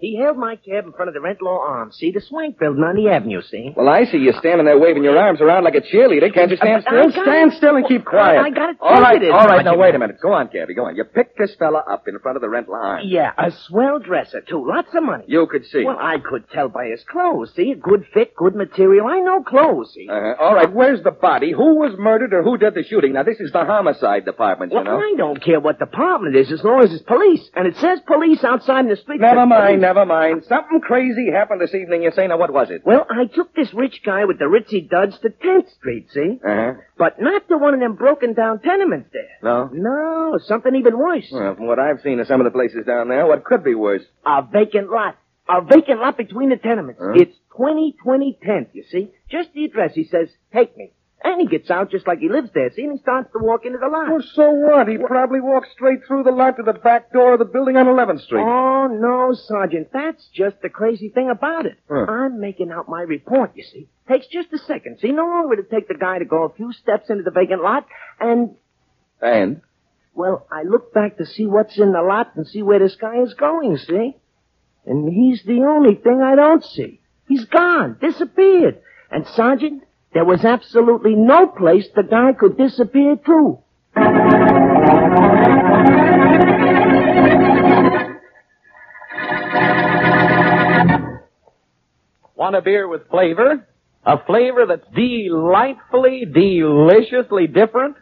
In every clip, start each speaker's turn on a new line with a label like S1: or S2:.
S1: He held my cab in front of the Rent Law Arms. See, the Swank building on the avenue, see?
S2: Well, I see you standing there waving your arms around like a cheerleader. Can't you stand
S1: Uh, but I
S2: still?
S1: got
S2: Stand
S1: it.
S2: still and keep quiet.
S1: I got it
S2: All right,
S1: ticketed.
S2: all right. Now
S1: But-
S2: wait a minute. Go on, Gabby. Go on. You picked this fella up in front of the rent line.
S1: Yeah, a swell dresser, too. Lots of money.
S2: You could see.
S1: Well, I could tell by his clothes, see? Good fit, good material. I know clothes, see?
S2: Uh-huh. All right. Where's the body? Who was murdered or who did the shooting? Now this is the homicide department,
S1: Look,
S2: you know.
S1: I don't care what department it is, as long as it's police. And it says police outside in the street.
S2: Never
S1: It's
S2: mind.
S1: police.
S2: Never mind. Something crazy happened this evening. You say now what was it?
S1: Well, I took this rich guy with the ritzy duds to 10th Street, see?
S2: Uh huh.
S1: But not to one of them broken down tenements there.
S2: No.
S1: No, something even worse.
S2: Well, from what I've seen of some of the places down there, what could be worse?
S1: A vacant lot. A vacant lot between the tenements.
S2: Huh?
S1: It's 202010, you see? Just the address. He says, take me. And he gets out just like he lives there, see? And he starts to walk into the lot.
S2: Well, so what? He probably walked straight through the lot to the back door of the building on 11th Street.
S1: Oh, no, Sergeant. That's just the crazy thing about it.
S2: Huh.
S1: I'm making out my report, you see. Takes just a second. See, no longer to take the guy to go a few steps into the vacant lot, and,
S2: And?
S1: well, I look back to see what's in the lot and see where this guy is going, see? And he's the only thing I don't see. He's gone, disappeared. And, Sergeant, there was absolutely no place the guy could disappear to.
S3: Want a beer with flavor? A flavor that's delightfully, deliciously different?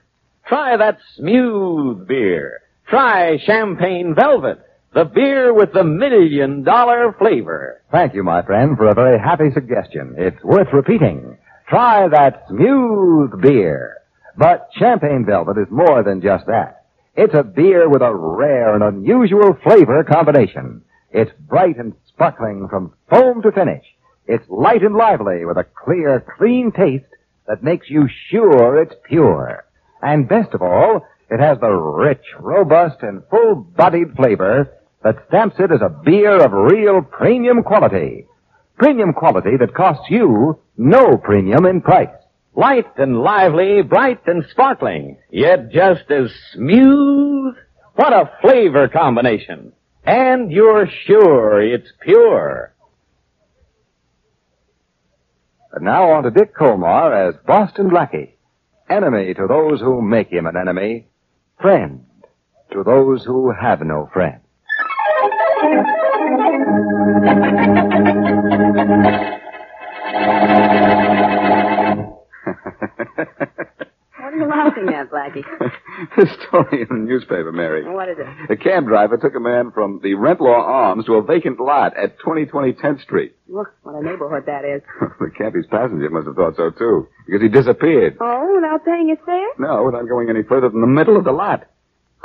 S3: Try that smooth beer. Try Champagne Velvet, the beer with the million dollar flavor.
S4: Thank you, my friend, for a very happy suggestion. It's worth repeating. Try that smooth beer. But Champagne Velvet is more than just that. It's a beer with a rare and unusual flavor combination. It's bright and sparkling from foam to finish. It's light and lively with a clear, clean taste that makes you sure it's pure. And best of all, it has the rich, robust, and full-bodied flavor that stamps it as a beer of real premium quality. Premium quality that costs you no premium in price.
S3: Light and lively, bright and sparkling, yet just as smooth. What a flavor combination. And you're sure it's pure.
S4: And now on to Dick Colmar as Boston Blackie. Enemy to those who make him an enemy. Friend to those who have no friend.
S5: What are you laughing at, Blackie?
S2: the story in the newspaper, Mary.
S5: What is it?
S2: A cab driver took a man from the Rent Law Arms to a vacant lot at 2020 10th Street.
S5: Look what a neighborhood that is.
S2: the cabbie's passenger must have thought so, too, because he disappeared.
S5: Oh, without paying his fare?
S2: No, without going any further than the middle of the lot.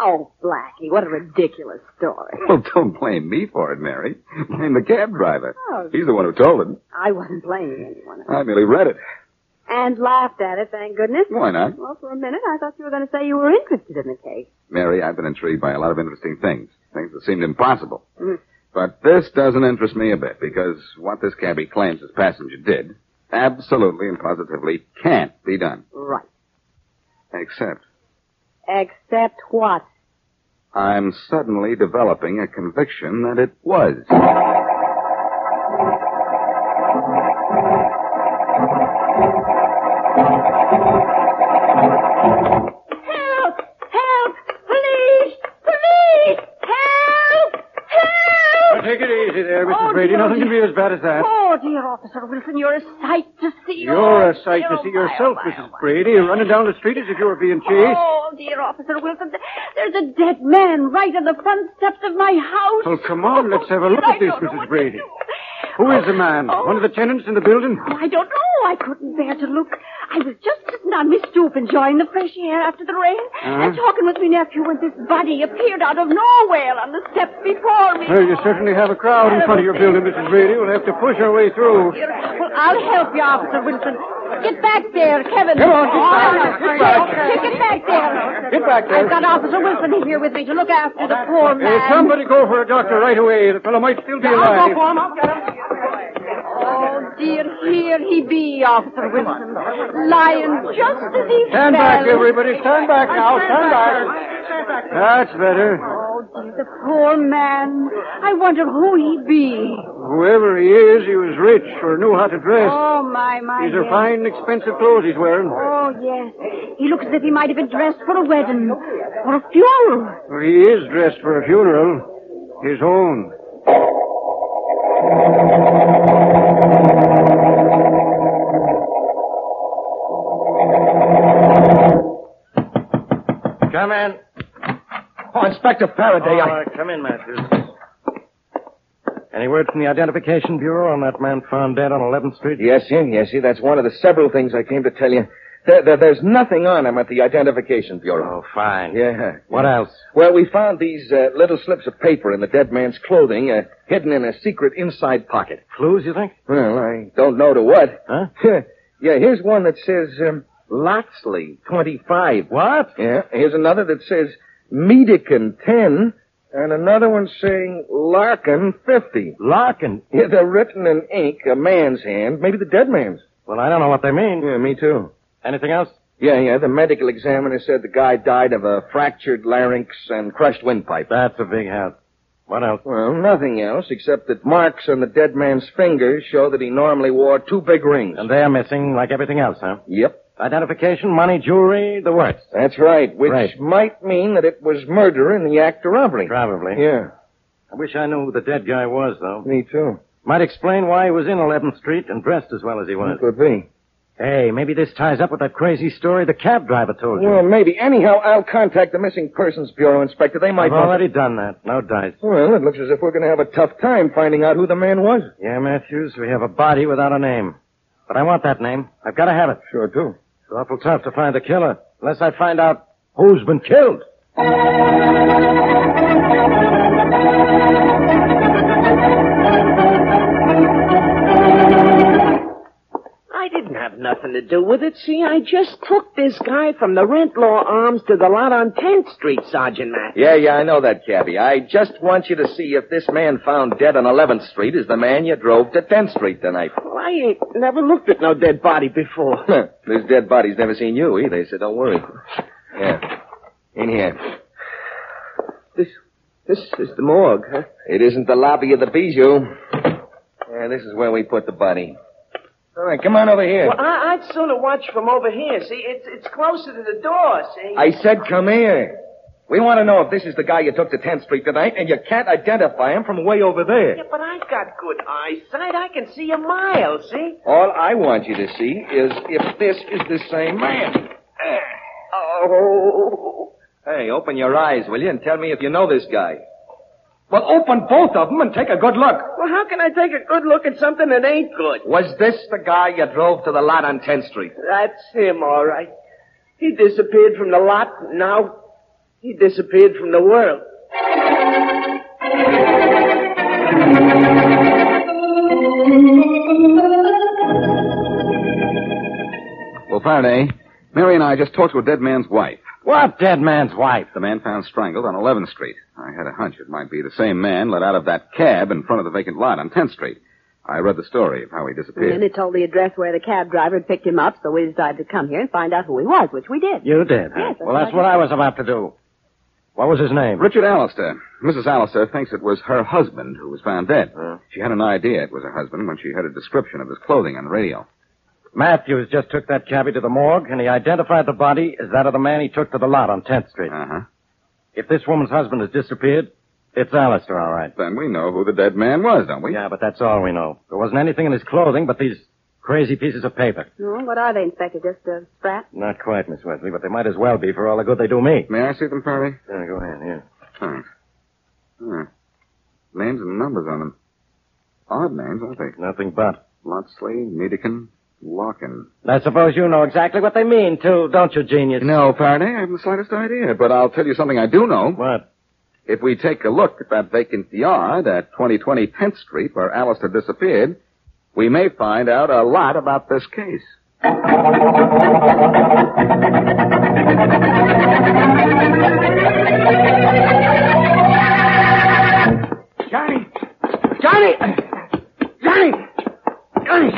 S5: Oh, Blackie, what a ridiculous story.
S2: Well, don't blame me for it, Mary. Blame the cab driver.
S5: Oh.
S2: He's the one who told him.
S5: I wasn't blaming anyone.
S2: I merely read it.
S5: And laughed at it, thank goodness.
S2: Why not?
S5: Well, for a minute, I thought you were going to say you were interested in the case.
S2: Mary, I've been intrigued by a lot of interesting things, things that seemed impossible.
S5: Hmm,
S2: But this doesn't interest me a bit, because what this cabbie claims his passenger did absolutely and positively can't be done.
S5: Right.
S2: Except
S5: Except what?
S2: I'm suddenly developing a conviction that it was.
S5: Help! Help! Police! Police! Help! Help!
S6: Take it easy there, Mrs.
S5: Oh,
S6: Brady.
S5: dear,
S6: Nothing can be
S5: dear.
S6: as bad as that.
S5: Oh, dear Officer Wilson, you're a sight to see.
S6: You're a
S5: Oh,
S6: sight
S5: dear,
S6: to
S5: oh,
S6: see
S5: my,
S6: yourself,
S5: oh, my, oh,
S6: Mrs.
S5: my.
S6: Brady. You're running down the street as if you were being chased.
S5: Oh, dear Officer Wilson, th- there's a dead man right on the front steps of my house.
S6: Well, come on, let's have a look
S5: I
S6: at this,
S5: don't know
S6: Mrs.
S5: what to
S6: Brady.
S5: do.
S6: Who is the man?
S5: Oh.
S6: One of the tenants in the building?
S5: I don't know. I couldn't bear to look. I was just sitting on my stoop enjoying the fresh air after the rain
S6: Uh-huh.
S5: and talking with my nephew when this body appeared out of nowhere on the steps before me.
S6: Well, you certainly have a crowd in front of your building, Mrs. Brady. We'll have to push our way through.
S5: Well, I'll help you, Officer Wilson. Get back there, Kevin.
S6: Come on, get
S5: Oh,
S6: back,
S5: no,
S6: get
S5: no,
S6: back.
S5: okay, Get back there.
S6: Get back there.
S5: I've got Officer Wilson here with me to look after the poor
S6: Uh,
S5: man.
S6: somebody go for a doctor right away. The fellow might still be
S5: I'll go
S6: alive.
S5: for him. I'll get him. Oh, dear, here he be, Officer Wilson. Lying just as he
S6: Stand
S5: fell.
S6: back, everybody. Stand back now. Stand back.
S5: back.
S6: That's better.
S5: Oh, dear, the poor man. I wonder who he be.
S6: Whoever he is, he was rich or knew how to dress.
S5: Oh, my, my.
S6: These are
S5: yes.
S6: fine, expensive clothes he's wearing.
S5: Oh, yes. He looks as if he might have been dressed for a wedding or a funeral.
S6: Well, he is dressed for a funeral. His own.
S7: Come in. Oh, Inspector Faraday.
S6: All
S7: I...
S6: right, come in, Matthews.
S7: Any word from the Identification Bureau on that man found dead on 11th Street?
S8: Yes, sir. Yes, sir. That's one of the several things I came to tell you. There, there, there's nothing on him at the Identification Bureau.
S7: Oh, fine.
S8: Yeah.
S7: What else?
S8: Well, we found these uh, little slips of paper in the dead man's clothing, uh, hidden in a secret inside pocket.
S7: Clues, you think?
S8: Well, I don't know to what.
S7: Huh?
S8: yeah, here's one that says um, Loxley, 25.
S7: What?
S8: Yeah, here's another that says Medican, 10. And another one saying Larkin, 50.
S7: Larkin.
S8: Yeah, they're written in ink, a man's hand, maybe the dead man's.
S7: Well, I don't know what they mean.
S8: Yeah, me too.
S7: Anything else?
S8: Yeah, yeah. The medical examiner said the guy died of a fractured larynx and crushed windpipe.
S7: That's a big help. What else?
S8: Well, nothing else except that marks on the dead man's fingers show that he normally wore two big rings.
S7: And they're missing like everything else, huh?
S8: Yep,
S7: Identification, money, jewelry, the works.
S8: that's right. Which
S7: Right.
S8: might mean that it was murder in the act of robbery.
S7: Probably.
S8: Yeah,
S7: I wish I knew who the dead guy was, though.
S8: me too.
S7: Might explain why he was in 11th Street and dressed as well as he was.
S8: Could be.
S7: Hey, maybe this ties up with that crazy story the cab driver told you.
S8: Well, maybe. Anyhow, I'll contact the missing persons bureau inspector. They might.
S7: I've
S8: want-
S7: already done that. No dice.
S8: Well, it looks as if we're going to have a tough time finding out who the man was.
S7: Yeah, Matthews, we have a body without a name. But I want that name. I've got to have it.
S8: Sure do.
S7: It's awful tough to find the killer, unless I find out who's been killed.
S1: I didn't have nothing to do with it. See, I just took this guy from the rent law arms to the lot on 10th Street, Sergeant Matt.
S8: Yeah, yeah, I know that, Cabby. I just want you to see if this man found dead on 11th Street is the man you drove to 10th Street tonight.
S1: Well, I ain't never looked at no dead body before.
S8: Huh, this dead body's never seen you either, so don't worry. Yeah. In here.
S1: This, this is the morgue, huh?
S8: It isn't the lobby of the Bijou. Yeah, this is where we put the body. All right, come on over here.
S1: Well, I, I'd sooner watch from over here. See, it's it's closer to the door. See.
S8: I said come here. We want to know if this is the guy you took to 10th Street tonight, and you can't identify him from way over there.
S1: Yeah, but I've got good eyesight. I can see a mile. See.
S8: All I want you to see is if this is the same man. Oh. Hey, open your eyes, will you, and tell me if you know this guy. Well, open both of them and take a good look.
S1: Well, how can I take a good look at something that ain't good?
S8: Was this the guy you drove to the lot on 10th Street?
S1: That's him, all right. He disappeared from the lot. Now he disappeared from the world.
S2: Well, Faraday, Mary and I just talked to a dead man's wife.
S7: What dead man's wife?
S2: The man found strangled on 11th Street. I had a hunch it might be the same man let out of that cab in front of the vacant lot on 10th Street. I read the story of how he
S5: And then
S2: disappeared.
S5: they told the address where the cab driver had picked him up, so we decided to come here and find out who he was, which we did.
S7: You did,
S5: Yes, that's
S7: well, that's
S5: what
S7: what
S5: I
S7: I was about to do. What was his name?
S2: Richard Allister. Mrs. Allister thinks it was her husband who was found dead. She had an idea it was her husband when she heard a description of his clothing on the radio.
S7: Matthews just took that cabbie to the morgue, and he identified the body as that of the man he took to the lot on 10th Street.
S2: Uh-huh.
S7: If this woman's husband has disappeared, It's Alistair, all right.
S2: Then we know who the dead man was, don't we?
S7: Yeah, but that's all we know. There wasn't anything in his clothing but these crazy pieces of paper.
S5: Oh, what are they, Inspector? Just a scrap?
S7: Not quite, Miss Wesley, but they might as well be for all the good they do me.
S2: May I see them, Parley?
S7: Yeah, go ahead, yeah.
S2: Thanks. Hmm. Names and numbers on them. Odd names, aren't they?
S7: Nothing but.
S2: Lotsley, Nedekin, Larkin.
S7: I suppose you know exactly what they mean, too, don't you, genius?
S2: No, Faraday, I haven't the slightest idea, but I'll tell you something I do know.
S7: What?
S2: If we take a look at that vacant yard at 2020 10th Street where Alistair disappeared, we may find out a lot about this case.
S1: Johnny! Johnny! Johnny! Johnny!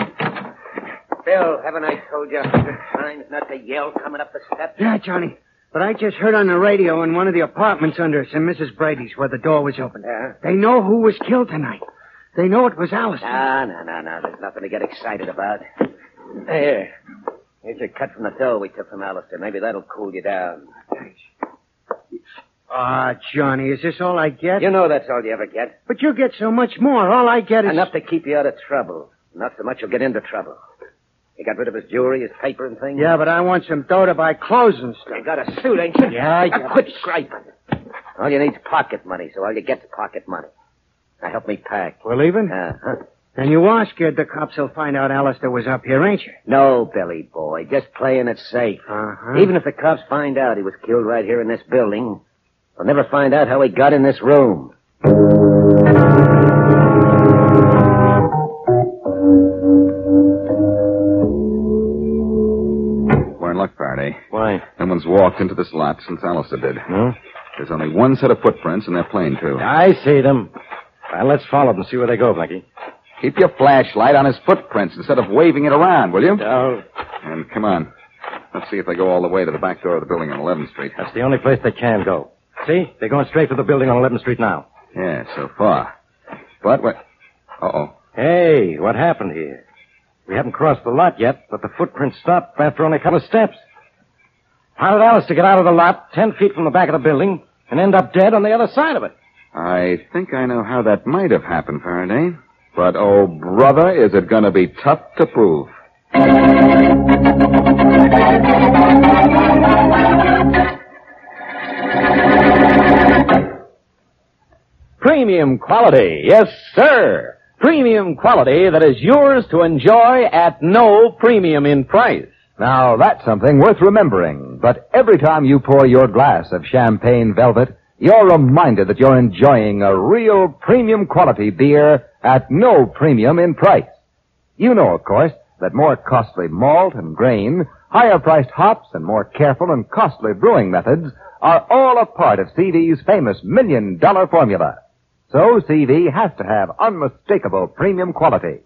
S9: Bill, haven't I told you a hundred times not to yell coming up the steps?
S1: Yeah, Johnny. But I just heard on the radio in one of the apartments under us in Mrs. Brady's where the door was open.
S9: Yeah?
S1: They know who was killed tonight. They know it was Alistair.
S9: No, no, no, no. There's nothing to get excited about. Here. Here's a cut from the dough we took from Alistair. Maybe that'll cool you down.
S1: Ah, Johnny, is this all I get?
S9: You know that's all you ever get.
S1: But you get so much more. All I get is
S9: Enough to keep you out of trouble. Not so much you'll get into trouble. You got rid of his jewelry, his paper and things?
S1: Yeah, but I want some dough to buy clothes and stuff.
S9: You got a suit, ain't you?
S1: Yeah, I
S9: Now, quit griping. All you need's pocket money, so all you get's pocket money. Now help me pack.
S1: We're leaving?
S9: Uh, huh?
S1: And you are scared the cops will find out Alistair was up here, ain't you?
S9: No, Billy boy, just playing it safe.
S1: Uh-huh.
S9: Even if the cops find out he was killed right here in this building, they'll never find out how he got in this room.
S2: We're in luck, Faraday.
S7: Why?
S2: No one's walked into this lot since Alistair did.
S7: No?
S2: There's only one set of footprints, and they're plain, too.
S7: I see them. Well, let's follow them, see where they go, Blackie.
S2: Keep your flashlight on his footprints instead of waving it around, will you?
S7: Oh,
S2: And come on. Let's see if they go all the way to the back door of the building on 11th Street.
S7: that's the only place they can go. See? They're going straight for the building on 11th Street now.
S2: Yeah, so far. But what? Uh-oh.
S7: Hey, what happened here? We haven't crossed the lot yet, but the footprints stopped after only a couple of steps. How did Alistair get out of the lot, ten feet from the back of the building, and end up dead on the other side of it?
S2: I think I know how that might have happened, Faraday. But oh, brother, is it going to be tough to prove.
S3: Premium quality, yes sir. Premium quality that is yours to enjoy at no premium in price.
S4: Now, that's something worth remembering. But every time you pour your glass of champagne velvet, you're reminded that you're enjoying a real premium quality beer at no premium in price. You know, of course, that more costly malt and grain, higher priced hops, and more careful and costly brewing methods are all a part of CV's famous million dollar formula. So CV has to have unmistakable premium quality.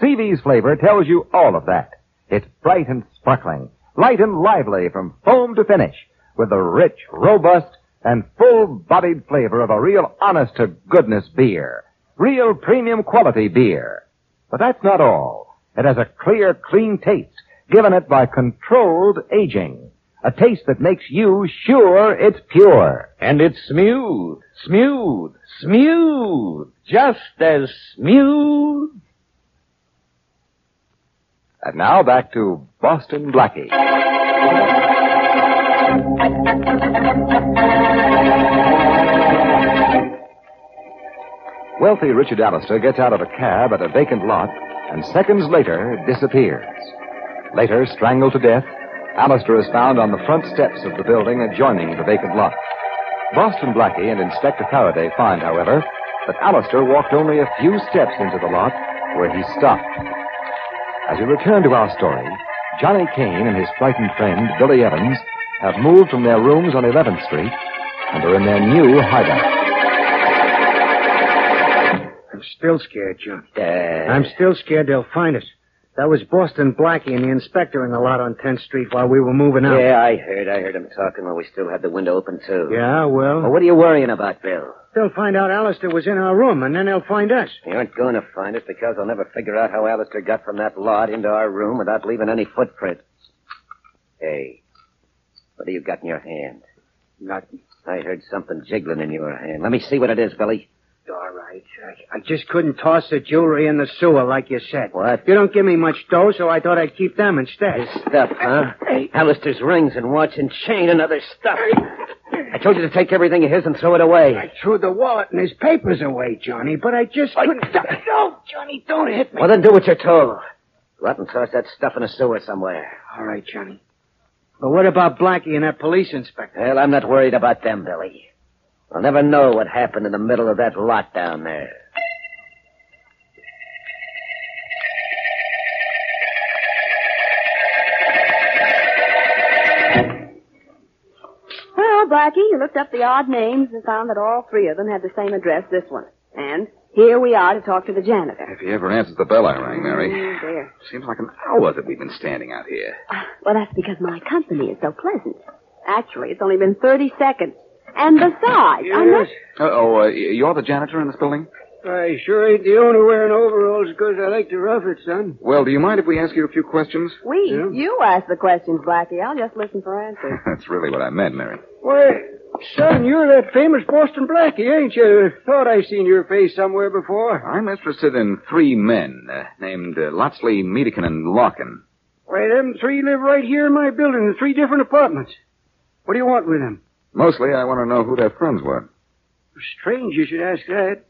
S4: CV's flavor tells you all of that. It's bright and sparkling, light and lively from foam to finish, with the rich, robust, and full-bodied flavor of a real honest-to-goodness beer. Real premium quality beer. But that's not all. It has a clear, clean taste, given it by controlled aging. A taste that makes you sure it's pure.
S3: And it's smooth, smooth, smooth. Just as smooth.
S4: And now back to Boston Blackie. Wealthy Richard Allister gets out of a cab at a vacant lot and seconds later disappears. Later, strangled to death, Allister is found on the front steps of the building adjoining the vacant lot. Boston Blackie and Inspector Faraday find, however, that Allister walked only a few steps into the lot where he stopped. As we return to our story, Johnny Kane and his frightened friend, Billy Evans, have moved from their rooms on 11th Street and are in their new hideout.
S1: I'm still scared, Johnny.
S9: Uh,
S1: I'm still scared they'll find us. That was Boston Blackie and the inspector in the lot on 10th Street while we were moving out.
S9: yeah, I heard. I heard him talking while we still had the window open, too.
S1: Yeah,
S9: Well,
S1: well,
S9: what are you worrying about, Bill?
S1: they'll find out Alistair was in our room, and then they'll find us.
S9: You aren't going to find us because I'll never figure out how Alistair got from that lot into our room without leaving any footprint. Hey, what do you got in your hand?
S1: Nothing.
S9: I heard something jiggling in your hand. Let me see what it is, Billy.
S10: All right. I, I just couldn't toss the jewelry in the sewer like you said. What? You don't give me much dough, so I thought I'd keep them instead.
S9: Stuff, huh? Alistair's rings and watch and chain and other stuff. I told you to take everything of his and throw it away.
S10: I threw the wallet and his papers away, Johnny, but I just couldn't. No, Johnny, don't hit me.
S9: Well, then do what you're told. Rotten toss that stuff in a sewer somewhere.
S10: All right, Johnny. But what about Blackie and that police inspector?
S9: Well, I'm not worried about them, Billy. I'll never know what happened in the middle of that lot down there.
S11: Well, Blackie, you looked up the odd names and found that all three of them had the same address, this one. And here we are to talk to the janitor.
S2: If he ever answers the bell I rang, Mary.
S11: Mm, there.
S2: Seems like an hour that we've been standing out here.
S11: Well, that's because my company is so pleasant. Actually, it's only been 30 seconds. And besides, I'm not...
S2: Uh-oh, uh, you're the janitor in this building?
S6: I sure ain't the only wearing overalls 'cause I like to rough it, son.
S2: Well, do you mind if we ask you a few questions?
S11: We, you ask the questions, Blackie. I'll just listen for answers.
S2: That's really what I meant, Mary.
S6: Why, son, you're that famous Boston Blackie, ain't you? Thought I seen your face somewhere before.
S2: I'm interested in three men uh, named uh, Lotsley, Medikin, and Larkin.
S6: Why, them three live right here in my building in three different apartments. What do you want with them?
S2: Mostly, I want to know who their friends were.
S6: Strange you should ask that.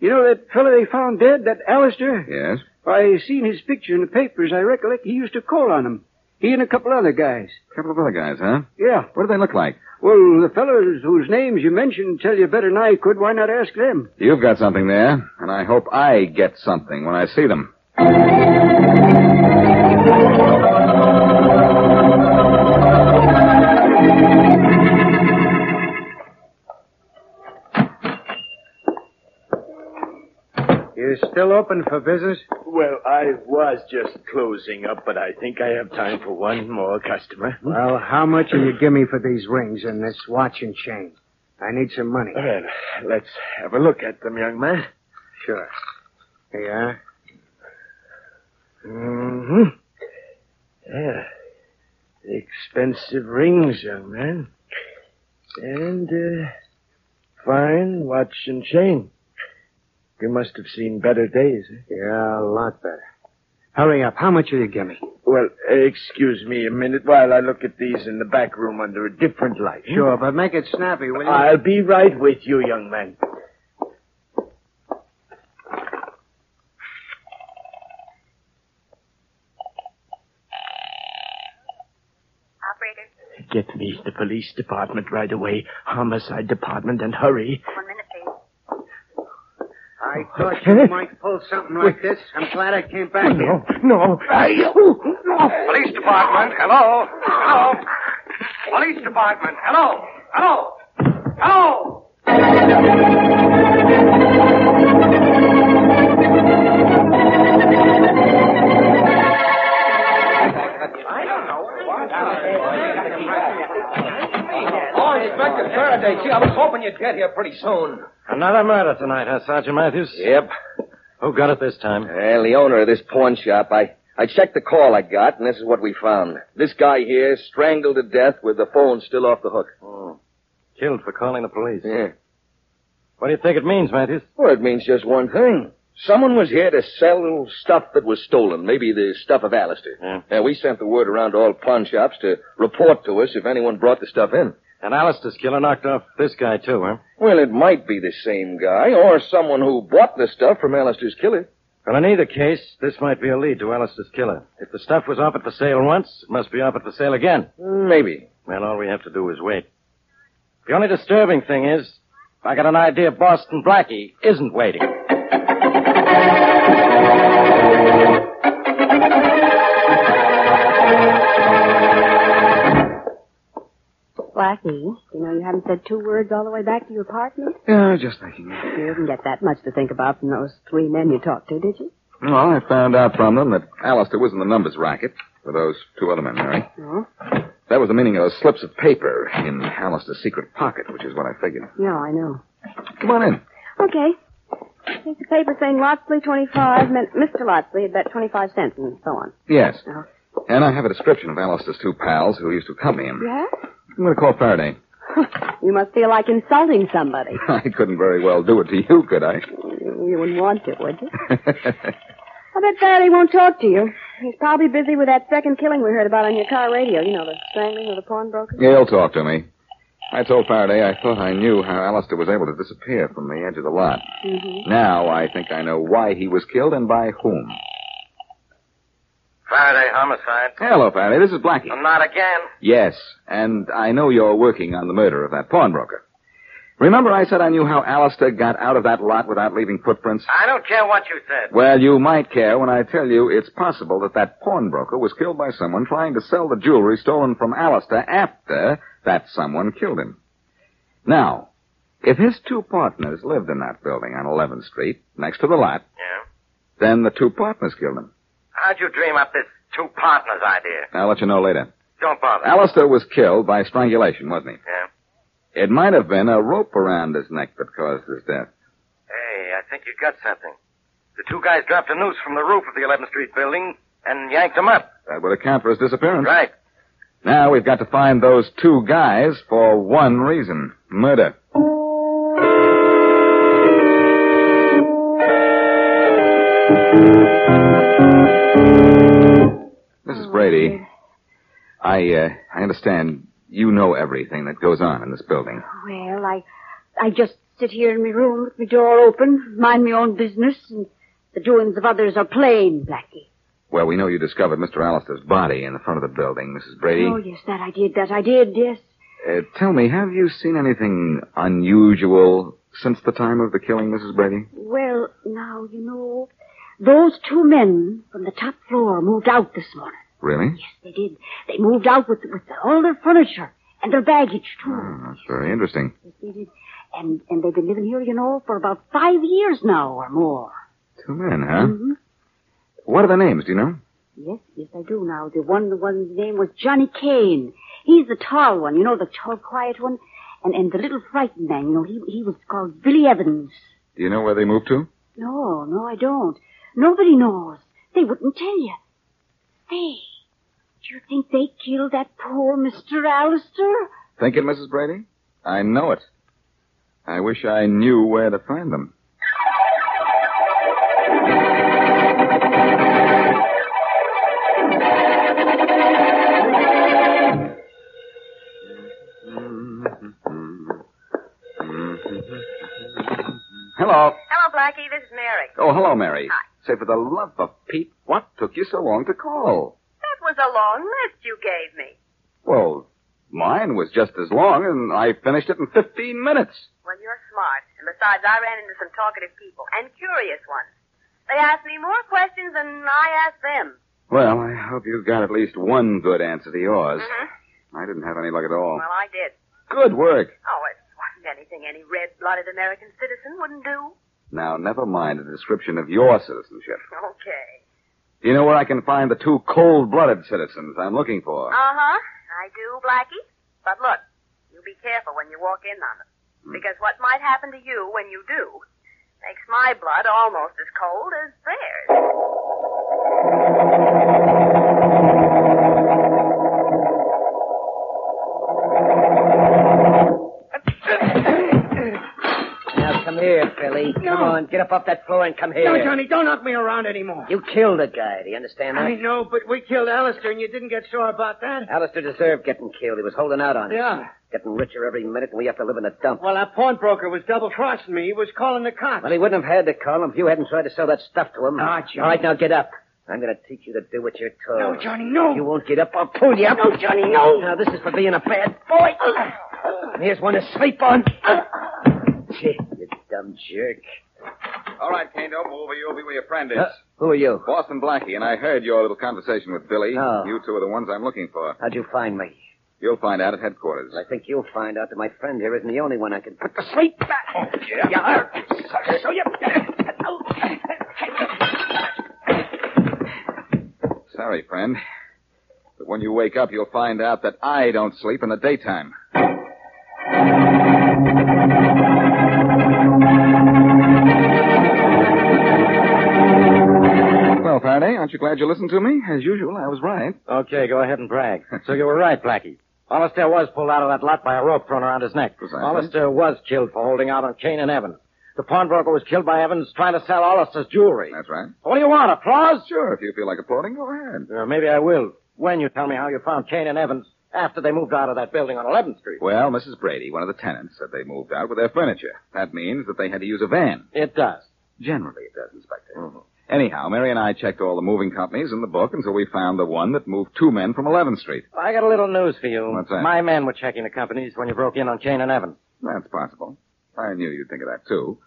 S6: You know that fellow they found dead, that Alistair?
S2: Yes?
S6: I seen his picture in the papers. I recollect he used to call on him. He and a couple other guys.
S2: A couple of other guys, huh?
S6: Yeah.
S2: What do they look like?
S6: Well, the fellows whose names you mentioned tell you better than I could. Why not ask them?
S2: You've got something there, and I hope I get something when I see them.
S10: You're still open for business?
S1: Well, I was just closing up, but I think I have time for one more customer.
S10: Well, how much will you give me for these rings and this watch and chain? I need some money.
S1: Well, let's have a look at them, young man.
S10: Sure. Yeah.
S1: Mm-hmm. Yeah. Expensive rings, young man. And, uh, fine watch and chain. You must have seen better days. eh?
S10: Yeah, a lot better. Hurry up. How much will you give me?
S1: Well, excuse me a minute while I look at these in the back room under a different light. hmm?
S10: Sure, but make it snappy, will you?
S1: I'll be right with you, young man.
S12: Operator,
S1: Get me the police department right away, homicide department, and hurry. Oh,
S12: one minute, please.
S10: I thought you might pull something like this. I'm glad I came
S7: Oh,
S10: back here.
S1: No.
S13: Police Department, hello? Hello? Police Department, hello? Hello? Hello?
S9: Oh, Inspector Faraday. Gee, I was hoping you'd get here pretty soon.
S7: Another murder tonight, huh, Sergeant Matthews?
S8: Yep.
S7: Who got it this time?
S8: Well, the owner of this pawn shop, I, I checked the call I got, and this is what we found. This guy here strangled to death with the phone still off the hook.
S7: Oh. Killed for calling the police.
S8: Yeah.
S7: What do you think it means, Matthews?
S8: Well, it means just one thing. Someone was here to sell stuff that was stolen, maybe the stuff of Alistair. Yeah. we sent the word around to all pawn shops to report to us if anyone brought the stuff in.
S7: And Alistair's killer knocked off this guy, too, huh?
S8: Well, it might be the same guy, or someone who bought the stuff from Alistair's killer.
S7: Well, in either case, this might be a lead to Alistair's killer. If the stuff was offered for sale once, it must be offered for sale again.
S8: Maybe.
S7: Well, all we have to do is wait. The only disturbing thing is, I got an idea Boston Blackie isn't waiting.
S11: Blackie, you know you haven't said two words all the way back to your apartment?
S2: Yeah, I was just thinking.
S11: You didn't get that much to think about from those three men you talked to, did you?
S2: Well, I found out from them that Alistair was in the numbers racket for those two other men, Mary.
S11: No.
S2: That was the meaning of those slips of paper in Alistair's secret pocket, which is what I figured.
S11: No, I know.
S2: Come on in.
S11: Okay. Here's the paper saying Lotsley 25, meant Mr. Lotsley had bet 25 cents and so on.
S2: Yes.
S11: Oh.
S2: And I have a description of Alistair's two pals who used to accompany him.
S11: Yeah?
S2: I'm going to call Faraday.
S14: You must feel like insulting somebody.
S2: I couldn't very well do it to you, could I?
S14: You wouldn't want to, would you? I bet Faraday won't talk to you. He's probably busy with that second killing we heard about on your car radio. You know, the strangling of the pawnbroker.
S2: Gail talked to me. I told Faraday I thought I knew how Alistair was able to disappear from the edge of the lot.
S14: Mm-hmm.
S2: Now I think I know why he was killed and by whom.
S15: Faraday homicide.
S2: Hello, Faraday. This is Blackie.
S15: Not again.
S2: Yes, and I know you're working on the murder of that pawnbroker. Remember I said I knew how Alistair got out of that lot without leaving footprints?
S15: I don't care what you said.
S2: Well, you might care when I tell you it's possible that that pawnbroker was killed by someone trying to sell the jewelry stolen from Alistair after that someone killed him. Now, if his two partners lived in that building on 11th Street, next to the lot,
S15: Yeah.
S2: then the two partners killed him.
S15: How'd you dream up this two partners idea?
S2: I'll let you know later.
S15: Don't bother.
S2: Alistair was killed by strangulation, wasn't
S15: Yeah.
S2: he? It might have been a rope around his neck that caused his death.
S15: Hey, I think you got something. The two guys dropped a noose from the roof of the 11th Street building and yanked him up.
S2: That would account for his disappearance.
S15: Right.
S2: Now we've got to find those two guys for one reason. Murder. Mrs. Brady, I, uh, I understand you know everything that goes on in this building.
S5: Well, I, I just sit here in my room with my door open, mind my own business, and the doings of others are plain, Blackie.
S2: Well, we know you discovered Mr. Alistair's body in the front of the building, Mrs. Brady.
S5: Oh, yes, that I did, that I did, yes.
S2: Uh, tell me, have you seen anything unusual since the time of the killing, Mrs. Brady?
S5: Well, now, you know, those two men from the top floor moved out this morning.
S2: Really?
S5: They did. They moved out with, with all their furniture and their baggage, too.
S2: That's very interesting.
S5: They did. And, and they've been living here, you know, for about five years now or more.
S2: Two men, huh?
S5: Mhm.
S2: What are their names? Do you know?
S5: Yes, yes, I do now. The one, the one's name was Johnny Kane. He's the tall one, you know, the tall, quiet one. And, and the little frightened man, you know, he, he was called Billy Evans.
S2: Do you know where they moved to?
S5: No, no, I don't. Nobody knows. They wouldn't tell you. Hey, do you think they killed that poor Mr. Alistair?
S2: Think it, Mrs. Brady? I know it. I wish I knew where to find them. Hello.
S11: Hello, Blackie. This is Mary.
S2: Oh, hello, Mary.
S11: Hi.
S2: Say, for the love of Pete, what took you so long to call?
S11: That was a long list you gave me.
S2: Well, mine was just as long, and I finished it in 15 minutes.
S11: Well, you're smart. And besides, I ran into some talkative people and curious ones. They asked me more questions than I asked them.
S2: Well, I hope you got at least one good answer to yours.
S11: Mhm.
S2: I didn't have any luck at all.
S11: Well, I did.
S2: Good work.
S11: Oh, it wasn't anything any red-blooded American citizen wouldn't do.
S2: Now, never mind a description of your citizenship.
S11: Okay.
S2: Do you know where I can find the two cold-blooded citizens I'm looking for?
S11: Uh-huh. I do, Blackie. But look, you be careful when you walk in on them. Because what might happen to you when you do makes my blood almost as cold as theirs.
S9: Now come here, Billy. Come
S10: No.
S9: on, get up off that floor and come here.
S10: No, Johnny, don't knock me around anymore.
S9: You killed a guy. Do you understand that?
S10: I know, but we killed Alistair and you didn't get sore about that.
S9: Alistair deserved getting killed. He was holding out on us.
S10: Yeah.
S9: Getting richer every minute, and we have to live in a dump.
S10: Well, that pawnbroker was double crossing me. He was calling the cops.
S9: Well, he wouldn't have had to call him if you hadn't tried to sell that stuff to him.
S10: Ah, Johnny.
S9: All right, now get up. I'm going to teach you to do what you're told.
S10: No, Johnny, no.
S9: You won't get up. I'll pull you up.
S10: No, Johnny, no.
S9: Now, this is for being a bad boy. And here's one to sleep on. Gee, you dumb jerk.
S2: All right, Kane, don't move or you'll be where your friend is.
S9: Uh, who are you?
S2: Boston Blackie, and I heard your little conversation with Billy.
S9: Oh.
S2: You two are the ones I'm looking for.
S9: How'd you find me?
S2: You'll find out at headquarters.
S9: I think you'll find out that my friend here isn't the only one I can put to sleep. Oh, yeah. So you...
S2: Sorry, friend. But when you wake up, you'll find out that I don't sleep in the daytime. Well, Faraday, aren't you glad you listened to me? As usual, I was right.
S7: Okay, go ahead and brag. So you were right, Blackie. Hollister was pulled out of that lot by a rope thrown around his neck. Hollister was killed for holding out on Kane and Evans. The pawnbroker was killed by Evans trying to sell Hollister's jewelry.
S2: That's right.
S7: What do you want, applause?
S2: Sure, if you feel like applauding, go ahead.
S7: Uh, maybe I will. When you tell me how you found Kane and Evans after they moved out of that building on 11th Street.
S2: Well, Mrs. Brady, one of the tenants, said they moved out with their furniture. That means that they had to use a van.
S7: It does.
S2: Generally, it does, Inspector. Anyhow, Mary and I checked all the moving companies in the book until we found the one that moved two men from 11th Street.
S7: I got a little news for you.
S2: What's that?
S7: My men were checking the companies when you broke in on Kane and Evans.
S2: That's possible. I knew you'd think of that, too.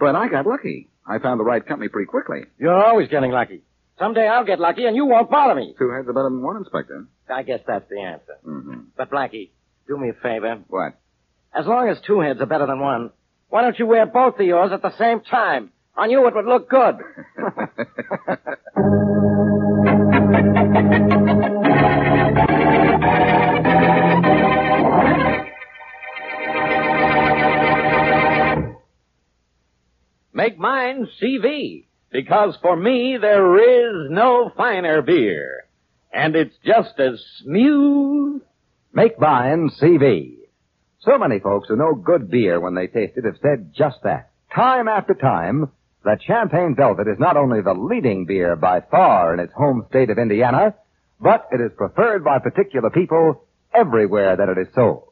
S2: But I got lucky. I found the right company pretty quickly.
S7: You're always getting lucky. Someday I'll get lucky and you won't bother me.
S2: Two heads are better than one, Inspector.
S7: I guess that's the answer.
S2: Mm-hmm.
S7: But Blackie, do me a favor.
S2: What?
S7: As long as two heads are better than one, why don't you wear both of yours at the same time? On you it would look good.
S3: Make mine CV, because for me there is no finer beer. And it's just as smooth.
S4: Make mine CV. So many folks who know good beer when they taste it have said just that. Time after time, that Champagne Velvet is not only the leading beer by far in its home state of Indiana, but it is preferred by particular people everywhere that it is sold.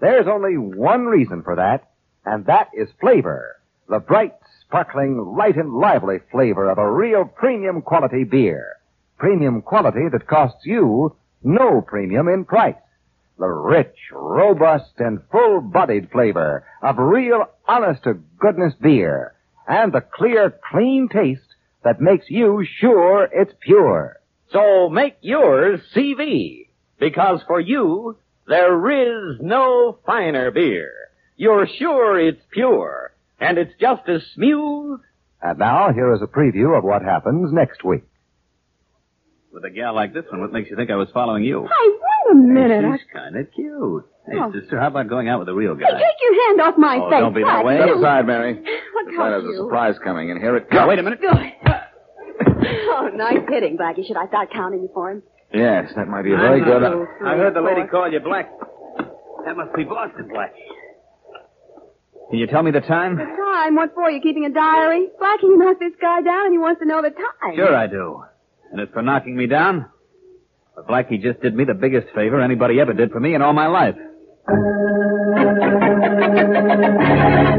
S4: There's only one reason for that, and that is flavor. The bright, sparkling, light and lively flavor of a real premium quality beer. Premium quality that costs you no premium in price. The rich, robust, and full-bodied flavor of real honest-to-goodness beer. And the clear, clean taste that makes you sure it's pure.
S3: So make yours CV, because for you, there is no finer beer. You're sure it's pure, and it's just as smooth.
S4: And now, here is a preview of what happens next week.
S16: With a gal like this one, what makes you think I was following you?
S14: Hey, wait a minute. I-
S16: She's kind of cute. Hey,
S14: Oh.
S16: sister, how about going out with a real
S14: Hey,
S16: guy?
S14: take your hand off my
S16: Oh,
S14: face.
S16: don't be that
S14: What?
S16: way.
S14: No.
S16: Step aside,
S2: Mary.
S14: What
S2: That
S14: got
S2: is a
S14: you?
S2: surprise coming, and here it comes.
S16: wait a minute.
S14: Oh, nice hitting, Blackie. Should I start counting you for him?
S2: Yes, that might be a very good.
S16: I heard the lady call you black. That must be Boston black. Can you tell me the time?
S14: Time? What for? You keeping a diary? Blackie, you knocked this guy down and he wants to know the time.
S16: Sure I do. And as for knocking me down, well, Blackie just did me the biggest favor anybody ever did for me in all my life.
S13: Hello.